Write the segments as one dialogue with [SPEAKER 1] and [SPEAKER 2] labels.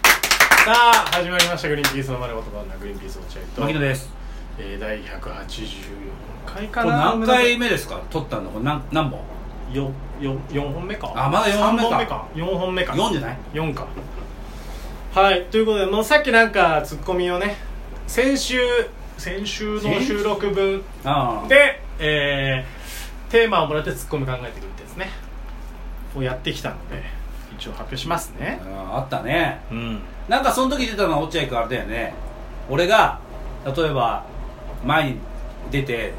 [SPEAKER 1] さあ始まりました「グリーンピースの丸ごとバンナグリーンピース落合」と
[SPEAKER 2] 牧野です
[SPEAKER 1] えー第184回
[SPEAKER 2] こ
[SPEAKER 1] か
[SPEAKER 2] れ
[SPEAKER 1] な
[SPEAKER 2] 何回目ですか撮ったのこれ何何本
[SPEAKER 1] よよ4本目か
[SPEAKER 2] あまだ四本目
[SPEAKER 1] 三
[SPEAKER 2] か
[SPEAKER 1] 本目か4本目か
[SPEAKER 2] 4じゃない
[SPEAKER 1] 4かはいということでもうさっきなんかツッコミをね先週先週の収録分
[SPEAKER 2] ああ
[SPEAKER 1] で、えーテーマをもらってツッコミ考えてくるってですねをやってきたので一応発表しますね
[SPEAKER 2] ああったね
[SPEAKER 1] うん
[SPEAKER 2] なんかその時出たのは落合君あれだよね俺が例えば前に出て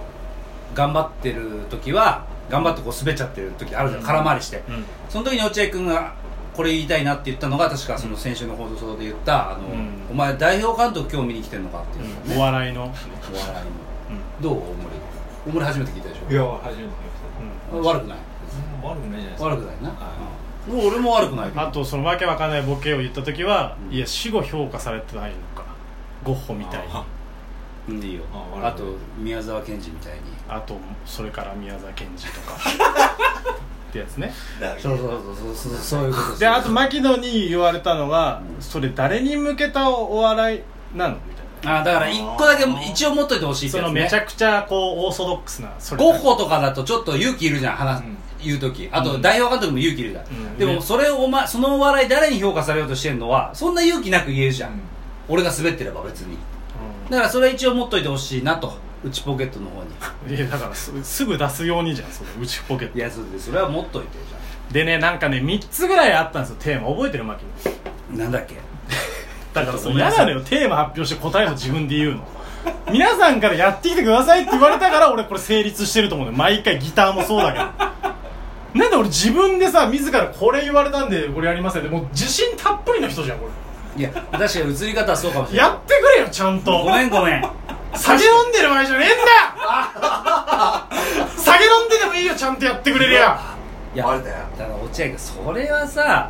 [SPEAKER 2] 頑張ってる時は頑張ってこう滑っちゃってる時あるじゃん空回りして
[SPEAKER 1] うん
[SPEAKER 2] その時に落合君がこれ言いたいなって言ったのが確かその先週の放送で言った「あの
[SPEAKER 1] うん
[SPEAKER 2] お前代表監督今日見に来てんのか」って言っ
[SPEAKER 1] うんお笑いの、
[SPEAKER 2] た、お笑いの
[SPEAKER 1] うん
[SPEAKER 2] どう大森大森初めて聞いたでしょ
[SPEAKER 3] いや、初めて聞き
[SPEAKER 2] 悪くない
[SPEAKER 3] ました。悪くないじゃないですか。
[SPEAKER 2] 悪くないな、
[SPEAKER 3] は
[SPEAKER 2] もう俺も悪くない
[SPEAKER 1] あとそのわけわかんないボケを言った時は、
[SPEAKER 2] うん
[SPEAKER 1] いや死後評価されてないのかゴッホみたいにあ
[SPEAKER 3] あ
[SPEAKER 2] うんいいよ
[SPEAKER 3] あ悪くな
[SPEAKER 2] あ
[SPEAKER 3] い
[SPEAKER 2] と宮沢賢治みたいに
[SPEAKER 1] とそれから宮沢賢治と かってやつね
[SPEAKER 2] そうそうそうそうそうそういうこと
[SPEAKER 1] であと
[SPEAKER 2] あ
[SPEAKER 1] 牧野に言われたのが、それ誰に向けたお笑いなのみたい
[SPEAKER 2] だから一個だけ一応持っといてほしい
[SPEAKER 1] な
[SPEAKER 2] っ
[SPEAKER 1] そ
[SPEAKER 2] てや
[SPEAKER 1] の
[SPEAKER 2] つ、
[SPEAKER 1] め
[SPEAKER 2] ね
[SPEAKER 1] ち、ゃくちゃこうオーソドックスなそれ
[SPEAKER 2] ゴッホとかだとちょっと勇気いるじゃん話、
[SPEAKER 3] うん
[SPEAKER 2] 言う時あと代表監督も勇気いるじゃん、
[SPEAKER 1] うん
[SPEAKER 2] でもそれをお前そのお笑い誰に評価されようとしてるのはそんな勇気なく言えるじゃん、
[SPEAKER 3] うん
[SPEAKER 2] 俺が滑ってれば別に
[SPEAKER 1] う
[SPEAKER 2] だからそれ一応持っといてほしいなと内ポケットの方に
[SPEAKER 1] んいやだからすすぐ出すようにじゃんその内ポケッ
[SPEAKER 2] いやそうですそれは持っといてじ
[SPEAKER 1] トでねなんかね3つぐらいあったんですよテーマ覚えてる牧野
[SPEAKER 2] ゃんなんだっけ
[SPEAKER 1] だからその嫌なのよテーマ発表して答えも自分で言うの皆さんからやってきてくださいって言われたから俺これ成立してると思うのよ毎回ギターもそうだけどなんで俺自分でさ自らこれ言われたんでこれやりますよってもう自信たっぷりの人じゃんこ
[SPEAKER 2] いや確かに映り方はそうかもし
[SPEAKER 1] れ
[SPEAKER 2] れない
[SPEAKER 1] やってくれよちゃん
[SPEAKER 2] ご
[SPEAKER 1] と
[SPEAKER 2] めんごめん
[SPEAKER 1] 酒飲んでる場合じゃねえんだよ酒飲んででもいいよちゃんとやってくれりゃ
[SPEAKER 2] いや
[SPEAKER 3] バレたよ
[SPEAKER 2] だから落合君それはさ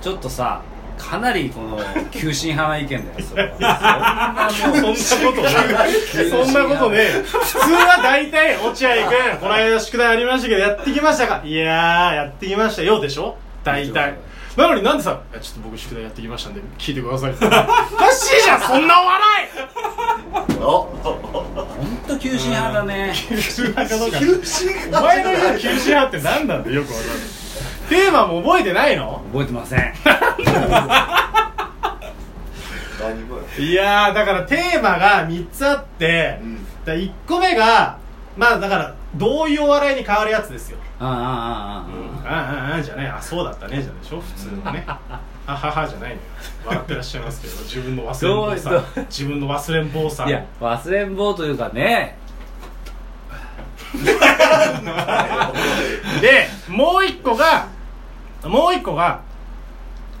[SPEAKER 2] ちょっとさかなりこの急進派な意見だよそれはそんなもう
[SPEAKER 1] そんなことね
[SPEAKER 2] 急進
[SPEAKER 1] そんなことね普通は大体落合君この間宿題ありましたけどやってきましたかいやーやってきましたよでしょ大体なのになんでさ「いやちょっと僕宿題やってきましたんで聞いてください」 おかしいじゃんそんなお 笑
[SPEAKER 2] 本当急進派だね
[SPEAKER 1] い急かどうかお前の言う急進派って何なんだよよくわかんないテーマも覚えてないの
[SPEAKER 2] 覚えてません
[SPEAKER 3] 何もよ。
[SPEAKER 1] いやーだからテーマが3つあって、
[SPEAKER 3] うん
[SPEAKER 1] だ1個目がまあだからどういうお笑いに変わるやつですよ
[SPEAKER 2] あああああ
[SPEAKER 1] ああああじゃないあそうだったねじゃないでしょ普通の ねあははじゃないのよ笑ってらっしゃいますけど自分の忘れん坊
[SPEAKER 2] どう
[SPEAKER 1] さん自分の忘れん坊さ
[SPEAKER 2] あ
[SPEAKER 1] ん
[SPEAKER 2] いや忘れん坊というかね
[SPEAKER 1] でもう一個がもう一個が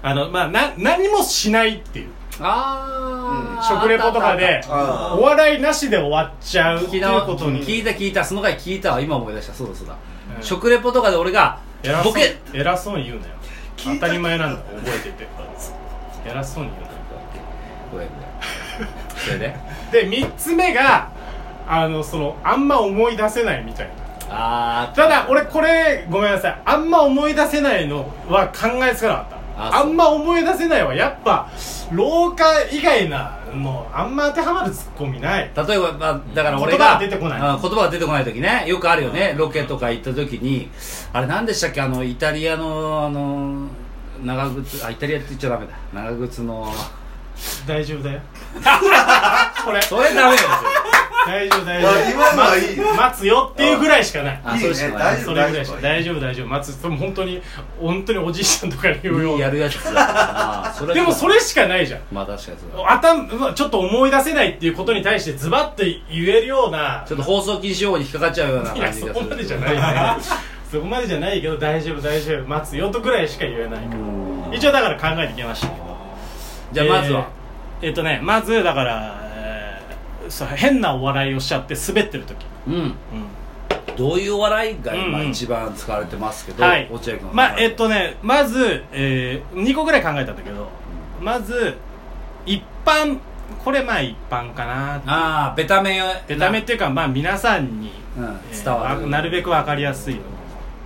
[SPEAKER 1] あのまあな何もしないっていう
[SPEAKER 2] ああ、
[SPEAKER 1] 食レポとかで
[SPEAKER 2] あったあったあっ
[SPEAKER 3] あ
[SPEAKER 1] お笑いなしで終わっちゃう
[SPEAKER 2] た
[SPEAKER 1] って
[SPEAKER 2] 聞
[SPEAKER 1] い
[SPEAKER 2] いう
[SPEAKER 1] ことに
[SPEAKER 2] た聞いたその回聞いたわ今思い出したそうだそうだ、
[SPEAKER 1] うん
[SPEAKER 2] 食レポとかで俺が
[SPEAKER 1] 偉そ
[SPEAKER 2] ボ
[SPEAKER 1] う
[SPEAKER 2] ケ
[SPEAKER 1] 偉そうに言うなよ当たり前なんだ覚えてて偉そうに言うなよ
[SPEAKER 2] ごめんごめんそれで
[SPEAKER 1] で3つ目があのそのあんま思い出せないみたいな
[SPEAKER 2] あ
[SPEAKER 1] ただ俺これごめんなさいあんま思い出せないのは考えつかなかったあ
[SPEAKER 2] あそうん
[SPEAKER 1] ま思い出せないはやっぱ廊下以外なのあんま当てはまるツッコミない
[SPEAKER 2] あ例えば、まあ、だから俺
[SPEAKER 1] 言
[SPEAKER 2] が
[SPEAKER 1] 葉が出てこない
[SPEAKER 2] あ言葉が出てこない時ねよくあるよねロケとか行った時にあれ何でしたっけあのイタリアのあの長靴あイタリアって言っちゃダメだ長靴の
[SPEAKER 1] 大丈夫だよこれ
[SPEAKER 2] それダメよ
[SPEAKER 1] 大丈夫大
[SPEAKER 3] い
[SPEAKER 1] 丈
[SPEAKER 3] や、
[SPEAKER 1] 夫
[SPEAKER 3] 今のはいいよ。
[SPEAKER 1] 待つよっていうぐらいしかない
[SPEAKER 2] あ
[SPEAKER 3] いい
[SPEAKER 2] そ
[SPEAKER 3] ね
[SPEAKER 2] れしかない
[SPEAKER 3] 大丈
[SPEAKER 1] そ
[SPEAKER 3] 夫
[SPEAKER 1] れぐらいしか大丈夫大丈夫待つでも本当に本当におじいちゃんとかに言うよう
[SPEAKER 2] や
[SPEAKER 1] な
[SPEAKER 2] るやつあーそれ
[SPEAKER 1] でもそれしかないじゃん
[SPEAKER 2] まあ確かにそうだ
[SPEAKER 1] 頭ちょっと思い出せないっていうことに対してズバッと言えるような
[SPEAKER 2] ちょっと放送禁止用語に引っかかっちゃうようない
[SPEAKER 1] や
[SPEAKER 2] 感じ
[SPEAKER 1] そ
[SPEAKER 2] がする
[SPEAKER 1] こまでじゃないね そこまでじゃないけど大丈夫大丈夫待つよとぐらいしか言えないか
[SPEAKER 2] うん
[SPEAKER 1] ら一応だから考えてきました
[SPEAKER 2] じゃあまずは、
[SPEAKER 1] えーえっとねまずだから、えーそう変なお笑いをしちゃって滑ってる時、
[SPEAKER 2] うんどういうお笑いが今一番使われてますけど、
[SPEAKER 1] はい
[SPEAKER 2] 落合君
[SPEAKER 1] まあえっとねまず、え2個ぐらい考えたんだけどまず一般これまあ一般かな
[SPEAKER 2] ああベタめ
[SPEAKER 1] でダメっていうかまあ皆さんに、
[SPEAKER 2] うん
[SPEAKER 1] えー
[SPEAKER 2] 伝わる
[SPEAKER 1] わなるべく分かりやすいように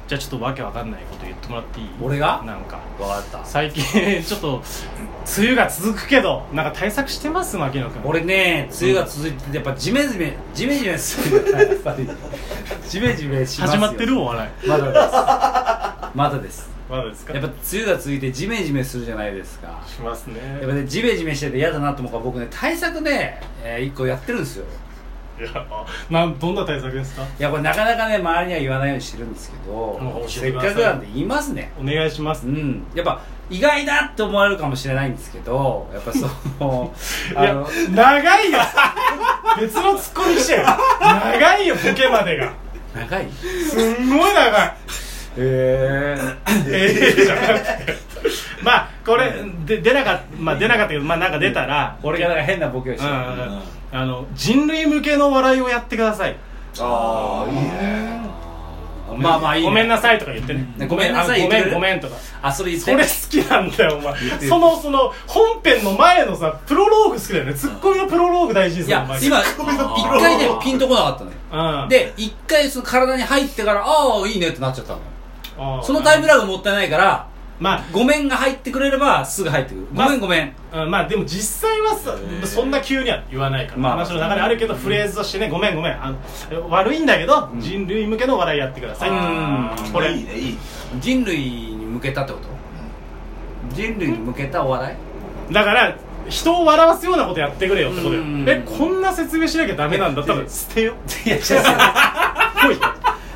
[SPEAKER 1] じゃあちょっとわけわかんないこと言ってもらっていい
[SPEAKER 2] 俺が
[SPEAKER 1] なんか
[SPEAKER 2] 分かった
[SPEAKER 1] 最近ちょっと梅雨が続くけどなんか対策してます牧野君
[SPEAKER 2] 俺ね梅雨が続いててやっぱジメジメジメジメするやっぱりジメジメします
[SPEAKER 1] 始
[SPEAKER 2] よ
[SPEAKER 1] まってるお笑い
[SPEAKER 2] まだですまだです
[SPEAKER 1] まだですか
[SPEAKER 2] やっぱ梅雨が続いてジメジメするじゃないですか
[SPEAKER 1] しますね
[SPEAKER 2] やっぱねジメジメしてて嫌だなと思うから僕ね対策ね、えー一個やってるんですよ
[SPEAKER 1] いやなんどんな対策ですか
[SPEAKER 2] いやこれなかなかね周りには言わないようにしてるんですけ
[SPEAKER 1] も
[SPEAKER 2] ど
[SPEAKER 1] う教
[SPEAKER 2] せ
[SPEAKER 1] え
[SPEAKER 2] って
[SPEAKER 1] くだ
[SPEAKER 2] か
[SPEAKER 1] さい
[SPEAKER 2] くなんで言いますね
[SPEAKER 1] お願いします
[SPEAKER 2] うんやっぱ意外だって思われるかもしれないんですけどやっぱその
[SPEAKER 1] い
[SPEAKER 2] あ
[SPEAKER 1] や
[SPEAKER 2] の
[SPEAKER 1] 長いよ別のツッコミしてよ長いよボケまでが
[SPEAKER 2] 長い
[SPEAKER 1] すんごい長い
[SPEAKER 2] え
[SPEAKER 1] ええじゃなくてまあこれで出なかったまあ出なかったけどまあなんか出たら
[SPEAKER 2] 俺がなんか変なボケをして
[SPEAKER 1] う
[SPEAKER 2] る
[SPEAKER 1] んうんうんあの人類向けの笑いをやってください
[SPEAKER 3] ああいいね
[SPEAKER 2] まあまあいいね
[SPEAKER 1] ごめんなさいとか言ってね
[SPEAKER 2] うんごめんなさい
[SPEAKER 1] あご
[SPEAKER 2] 言っ
[SPEAKER 1] め
[SPEAKER 2] て
[SPEAKER 1] ん
[SPEAKER 2] くれる
[SPEAKER 1] ごめんとか
[SPEAKER 2] あそれ言っ
[SPEAKER 1] そ
[SPEAKER 2] て
[SPEAKER 1] れ好きなんだよお前
[SPEAKER 2] てる
[SPEAKER 1] そのその本編の前のさプロローグ好きだよねツッコミのプロローグ大事で
[SPEAKER 2] い
[SPEAKER 1] すよ
[SPEAKER 2] や
[SPEAKER 1] お前
[SPEAKER 2] 今一回ねピンとこなかったのよ
[SPEAKER 1] うん
[SPEAKER 2] で一回その体に入ってからああいいねってなっちゃったのよ
[SPEAKER 1] あー
[SPEAKER 2] そのタイムラグもったいないから
[SPEAKER 1] まあ
[SPEAKER 2] ごめんが入ってくれればすぐ入ってくるごめんごめん
[SPEAKER 1] うんまあでも実際はさ
[SPEAKER 3] へー
[SPEAKER 1] そんな急には言わないから、
[SPEAKER 2] まあ
[SPEAKER 1] 話の流れあるけど、フレーズとしてねごめんごめんあの悪いんだけど、
[SPEAKER 2] うん
[SPEAKER 1] 人類向けの笑いやってください、
[SPEAKER 2] うん
[SPEAKER 1] これ
[SPEAKER 3] いいねいいね
[SPEAKER 2] 人類に向けたってこと人類に向けたお笑い
[SPEAKER 1] だから人を笑わすようなことやってくれよってことよ
[SPEAKER 2] うん
[SPEAKER 1] えこんな説明しなきゃダメなんだったら捨てよ
[SPEAKER 2] いや違う違う
[SPEAKER 1] 来い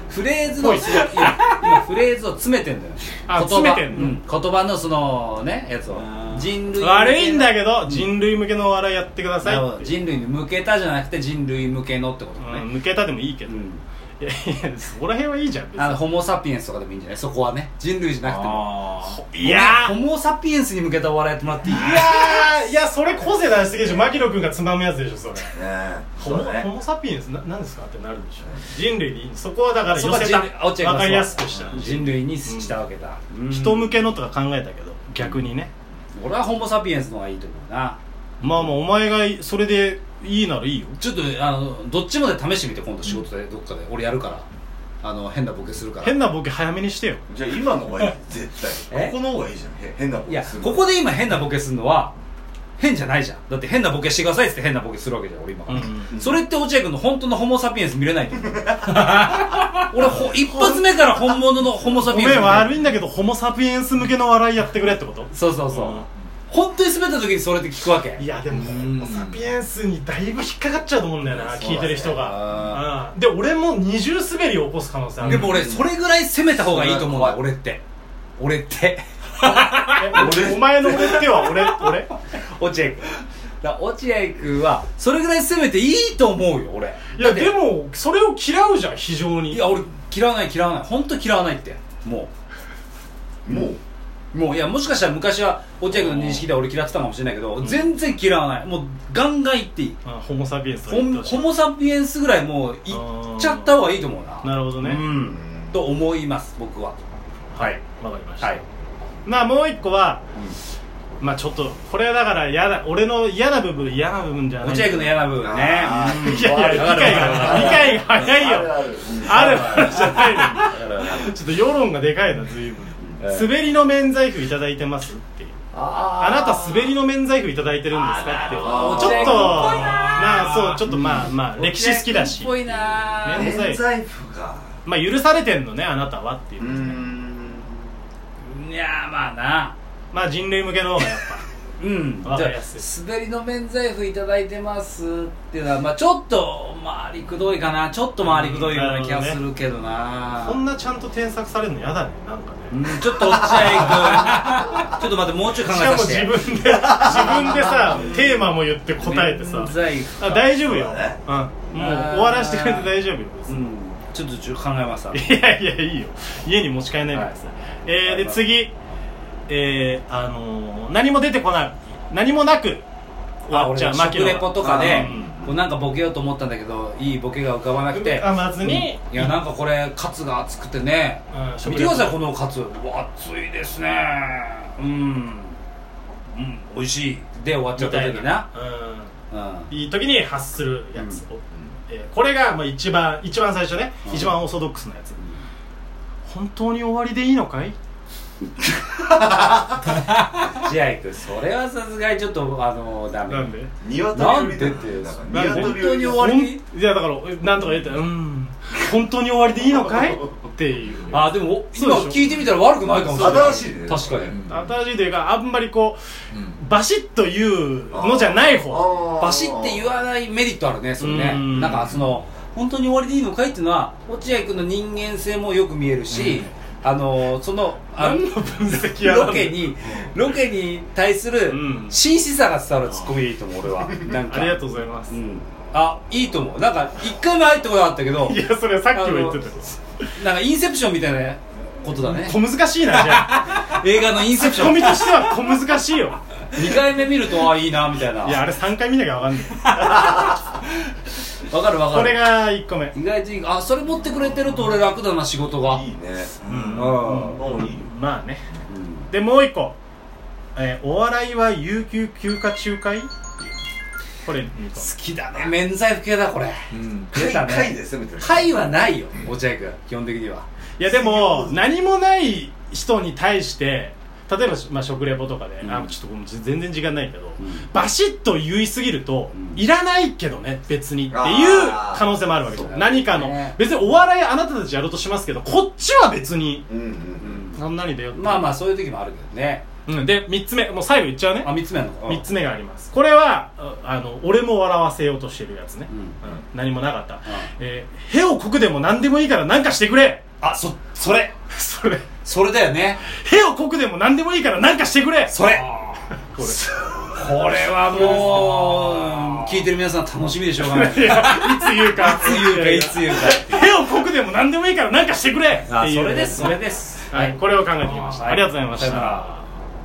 [SPEAKER 2] フレーズのすごい今今フレーズを詰めてんだよ
[SPEAKER 1] あ
[SPEAKER 2] 言葉
[SPEAKER 1] 詰めてんの
[SPEAKER 2] うん言葉のそのねやつを
[SPEAKER 3] あー
[SPEAKER 2] 人類に向けた
[SPEAKER 1] 悪いんだけど、人類向けの笑いやってくださ
[SPEAKER 2] ないるほ
[SPEAKER 1] っ
[SPEAKER 2] ど
[SPEAKER 1] て
[SPEAKER 2] 人類に向けたじゃなくて人類向けのってこと
[SPEAKER 1] うん
[SPEAKER 2] ね、
[SPEAKER 1] 向けたでもいいけ
[SPEAKER 2] う
[SPEAKER 1] ど、い
[SPEAKER 2] ん
[SPEAKER 1] やいやそこら辺はいいじゃん別に
[SPEAKER 2] あのホモ・サピエンスとかでもいいんじゃないそこはね人類じゃなくても
[SPEAKER 3] あ
[SPEAKER 1] いや
[SPEAKER 2] ホモ・サピエンスに向けたお笑いやってもらっていい
[SPEAKER 1] ーいやーいやそれ個性出しすぎでしょ牧野君がつまむやつでしょそれ
[SPEAKER 3] あねえ
[SPEAKER 1] ホ
[SPEAKER 3] そ
[SPEAKER 1] モ
[SPEAKER 3] うだ
[SPEAKER 1] ホ
[SPEAKER 3] ね
[SPEAKER 1] モサピエンスな何ですかってなるでしょ人類にそこはだから
[SPEAKER 2] そ
[SPEAKER 1] 寄
[SPEAKER 2] こは
[SPEAKER 1] せ
[SPEAKER 2] 人類あ落
[SPEAKER 1] た
[SPEAKER 2] 合
[SPEAKER 1] 分かりやすくし
[SPEAKER 2] 君
[SPEAKER 1] た
[SPEAKER 2] はそう人類にしたわけだ、うん
[SPEAKER 1] 人向けのとか考えたけど逆にね
[SPEAKER 2] 俺はホモ・サピエンスの方がいいと思うな
[SPEAKER 1] まあまあお前がそれでいいならいいよ
[SPEAKER 2] ちょっとあのどっちもで試してみて今度仕事でどっかで俺やるからあの変なボケするから
[SPEAKER 1] 変なボケ早めにしてよ
[SPEAKER 3] じゃあ今の方がいい絶
[SPEAKER 2] え
[SPEAKER 3] 対ここの方がいいじゃんへ変なこと
[SPEAKER 2] いや
[SPEAKER 3] する
[SPEAKER 2] ここで今変なボケするのは変じゃないじゃんだって変なボケしてくださいっつって変なボケするわけじゃん俺今から、
[SPEAKER 1] うん
[SPEAKER 2] それって落合君の本当のホモ・サピエンス見れないと思う 俺ほ一発目から本物のホモ・サ
[SPEAKER 1] ご
[SPEAKER 2] ピエンス
[SPEAKER 1] めん悪
[SPEAKER 2] い
[SPEAKER 1] いんだけどホモサピエンス向けの笑いやってくれってこと
[SPEAKER 2] そうそうそう、
[SPEAKER 1] うん
[SPEAKER 2] 本当に滑った時にそれって聞くわけ
[SPEAKER 1] いやでもホ
[SPEAKER 2] うん
[SPEAKER 1] モサピエンスにだいぶ引っかかっちゃうと思うんだよな
[SPEAKER 3] そうだね
[SPEAKER 1] 聞いてる人がうんで俺も二重滑りを起こす可能性ある
[SPEAKER 2] でも俺それぐらい攻めた方がいいと思うんだよ俺って俺って
[SPEAKER 1] えお前の俺っては俺俺
[SPEAKER 2] 落合君だから落合君はそれぐらい攻めていいと思うよ俺
[SPEAKER 1] いや
[SPEAKER 2] だって
[SPEAKER 1] でもそれを嫌うじゃん非常に
[SPEAKER 2] いや俺嫌わない嫌わない本当嫌わないっても
[SPEAKER 3] もう
[SPEAKER 2] うもういやもしかしたら昔は落合君の認識では俺嫌ってたかもしれないけど、全然嫌わないもうガンガン言っていい
[SPEAKER 1] あホモサピエンスと
[SPEAKER 2] ホ
[SPEAKER 1] 言って
[SPEAKER 2] ン
[SPEAKER 1] ほしい
[SPEAKER 2] ホモ・サピエンスぐらいもう行っちゃった方がいいと思うな
[SPEAKER 1] なるほどね
[SPEAKER 2] うんと思います僕ははい
[SPEAKER 1] わかりました、
[SPEAKER 2] はい
[SPEAKER 1] まあもう一個は、まあちょっとこれはだから嫌だ俺の嫌な部分嫌な部分じゃない
[SPEAKER 2] 落合君の嫌な部分ね
[SPEAKER 3] あー
[SPEAKER 2] うん
[SPEAKER 1] いやいや
[SPEAKER 2] わか
[SPEAKER 1] 理解
[SPEAKER 2] るわかる
[SPEAKER 1] が
[SPEAKER 2] わか
[SPEAKER 1] 理
[SPEAKER 2] る
[SPEAKER 1] 解が早いよ
[SPEAKER 3] あるある
[SPEAKER 1] あるあるじゃない
[SPEAKER 3] あるある
[SPEAKER 1] のちょっと世論がでかいな随分
[SPEAKER 3] ええ
[SPEAKER 1] 滑りの免罪符いただいてますっていう
[SPEAKER 3] あ
[SPEAKER 1] あなた滑りの免罪符いただいてるんですかって
[SPEAKER 3] あー
[SPEAKER 1] ちょっと
[SPEAKER 2] 落合君っぽいな
[SPEAKER 1] まあそうちょっとまあまあ歴史好きだし
[SPEAKER 2] 落合君っぽいな
[SPEAKER 1] ね
[SPEAKER 3] 免罪符が
[SPEAKER 1] まあ許されてんのねあなたはっていうう
[SPEAKER 3] ーん
[SPEAKER 2] いやーまあな
[SPEAKER 1] まあ人類向けの方がやっ
[SPEAKER 2] うん、
[SPEAKER 1] わかりやすい
[SPEAKER 2] じゃあ滑りの免罪符いただいてますっていうのは、まあ、ちょっと回りくどいかなちょっと回りくどいような気がするけどな
[SPEAKER 1] ぱこんなちゃんと添削されるの嫌だねなんかね
[SPEAKER 2] うんちょっと落合君 ちょっと待ってもうちょい考え
[SPEAKER 1] しか
[SPEAKER 2] さ
[SPEAKER 1] も
[SPEAKER 2] せ
[SPEAKER 1] 自
[SPEAKER 2] て
[SPEAKER 1] 分で自分でさテーマも言って答えてさ
[SPEAKER 2] 免罪符
[SPEAKER 1] あ大丈夫よ、
[SPEAKER 3] そうだね
[SPEAKER 1] うん、もう終わらせてくれて大丈夫よ、
[SPEAKER 2] うんちょっとちょっと考えます
[SPEAKER 1] いやいやいいよ家に持ち帰らないでください、えー、で次えー、あのー、何も出てこない何もなく終わっちゃう
[SPEAKER 2] 食レポとかで
[SPEAKER 1] あー
[SPEAKER 2] こうなんかボケようと思ったんだけどいいボケが浮かばなくて
[SPEAKER 1] あまずに、
[SPEAKER 2] いやなんかこれカツが厚くてね
[SPEAKER 1] うん食レポ
[SPEAKER 2] 見てくださいこのカツうわ熱いですねうんうん美味しいで終わっちゃ
[SPEAKER 1] み
[SPEAKER 2] った
[SPEAKER 1] たい
[SPEAKER 2] 時
[SPEAKER 1] な
[SPEAKER 2] な
[SPEAKER 1] うん
[SPEAKER 2] うん
[SPEAKER 1] いい時に発するやつを、えーこれがまあ一番一番最初ね、
[SPEAKER 2] うん
[SPEAKER 1] 一番オーソドックスなやつ、本当に終わりでいいのかい
[SPEAKER 2] 千秋君それはさすがにちょっとあのダメ
[SPEAKER 1] なんで
[SPEAKER 3] 鶏を見て
[SPEAKER 2] なんでって
[SPEAKER 3] なんか
[SPEAKER 1] なんで
[SPEAKER 3] 鶏を見て
[SPEAKER 2] 本当に終わりに
[SPEAKER 1] ほんいやだからなんとか言ってうん本当に終わりでいいのかいっていう
[SPEAKER 2] あでも
[SPEAKER 1] そう
[SPEAKER 2] 今
[SPEAKER 1] でしょ
[SPEAKER 2] 聞いてみたら悪くないかもしれない
[SPEAKER 3] 新しいね
[SPEAKER 2] 確かに、
[SPEAKER 3] うん
[SPEAKER 1] 新しいというかあんまりこ
[SPEAKER 4] うん
[SPEAKER 1] うバシッと言うのじゃない方
[SPEAKER 3] あー
[SPEAKER 2] バシって言わないメリットあるねそれね
[SPEAKER 1] うん
[SPEAKER 2] なんかその本当に終わりでいいのかいっていうのは落合君の人間性もよく見えるし、あのそのあ
[SPEAKER 1] 何の分析やな
[SPEAKER 2] ロケにロケに対する
[SPEAKER 1] うん
[SPEAKER 2] 真摯さが伝わるツッコミでいいと思う俺はなんか
[SPEAKER 1] ありがとうございます、
[SPEAKER 2] うんあいいと思うなんか一回も入ってことなかったけど
[SPEAKER 1] いやそれはさっきも言ってたよ
[SPEAKER 2] なんかインセプションみたいなことだね
[SPEAKER 1] 小難しいなじ ゃあ
[SPEAKER 2] 映画のインセプシ
[SPEAKER 1] ツッ
[SPEAKER 2] ョ
[SPEAKER 1] コ
[SPEAKER 2] ン
[SPEAKER 1] ミとしては小難しいよ
[SPEAKER 2] 2回目見るとあいいなみたいない
[SPEAKER 1] やあれ3回見なきゃ分かんない
[SPEAKER 2] わかるわか
[SPEAKER 1] これ
[SPEAKER 2] る
[SPEAKER 1] が1個目
[SPEAKER 2] 意外といいあそれ持ってくれてると俺楽だな仕事が
[SPEAKER 3] いいね
[SPEAKER 1] うん
[SPEAKER 2] うん
[SPEAKER 3] もういいよ
[SPEAKER 1] まあねでもう1個、えーお笑いは有給休暇中会これ見た
[SPEAKER 2] 好きだね免罪不敬だこれ
[SPEAKER 4] うん
[SPEAKER 2] 出た
[SPEAKER 3] 貝
[SPEAKER 2] ね
[SPEAKER 3] 貝で攻めてる
[SPEAKER 2] 会はないよ落合君基本的にはい
[SPEAKER 1] やでも何もない人に対して例えば、まあ、食レポとかで、
[SPEAKER 2] うん
[SPEAKER 1] あちょっとごめん全然時間ないけど、
[SPEAKER 2] ん
[SPEAKER 1] バシッと言いすぎると、
[SPEAKER 2] うん
[SPEAKER 1] いらないけどね別にっていう
[SPEAKER 3] あー
[SPEAKER 1] 可能性もあるわけ
[SPEAKER 2] そう
[SPEAKER 1] で
[SPEAKER 2] だね
[SPEAKER 1] 何かの別にお笑いあなたたちやろうとしますけどこっちは別に
[SPEAKER 3] うんうんうん
[SPEAKER 1] そんなにだよって
[SPEAKER 2] まあまあそういう時もあるけどね
[SPEAKER 1] うん、で3つ目もう最後言っちゃうね
[SPEAKER 2] あ3つ目なの
[SPEAKER 1] 3つ目がありますこれはああの俺も笑わせようとしてるやつね、
[SPEAKER 2] うん
[SPEAKER 1] うん何もなかった、えー、へをこくでも何でもいいから何かしてくれ
[SPEAKER 2] あそそれ
[SPEAKER 1] それ
[SPEAKER 2] それだよね
[SPEAKER 1] へをこくでも何でもいいから何かしてくれ
[SPEAKER 2] それ
[SPEAKER 1] これ
[SPEAKER 2] これはもう聞いてる皆さん楽しみでしょう がないいつ
[SPEAKER 1] いやいつ言うかいつ
[SPEAKER 2] 言うかいつ言うかってい
[SPEAKER 1] へ
[SPEAKER 2] う
[SPEAKER 1] をこくでも何でもいいから何かしてくれっていう
[SPEAKER 2] あそれですそれです
[SPEAKER 1] はい、これを考えてきました、
[SPEAKER 2] はい
[SPEAKER 1] ありがとうございまし
[SPEAKER 2] さよなら
[SPEAKER 1] た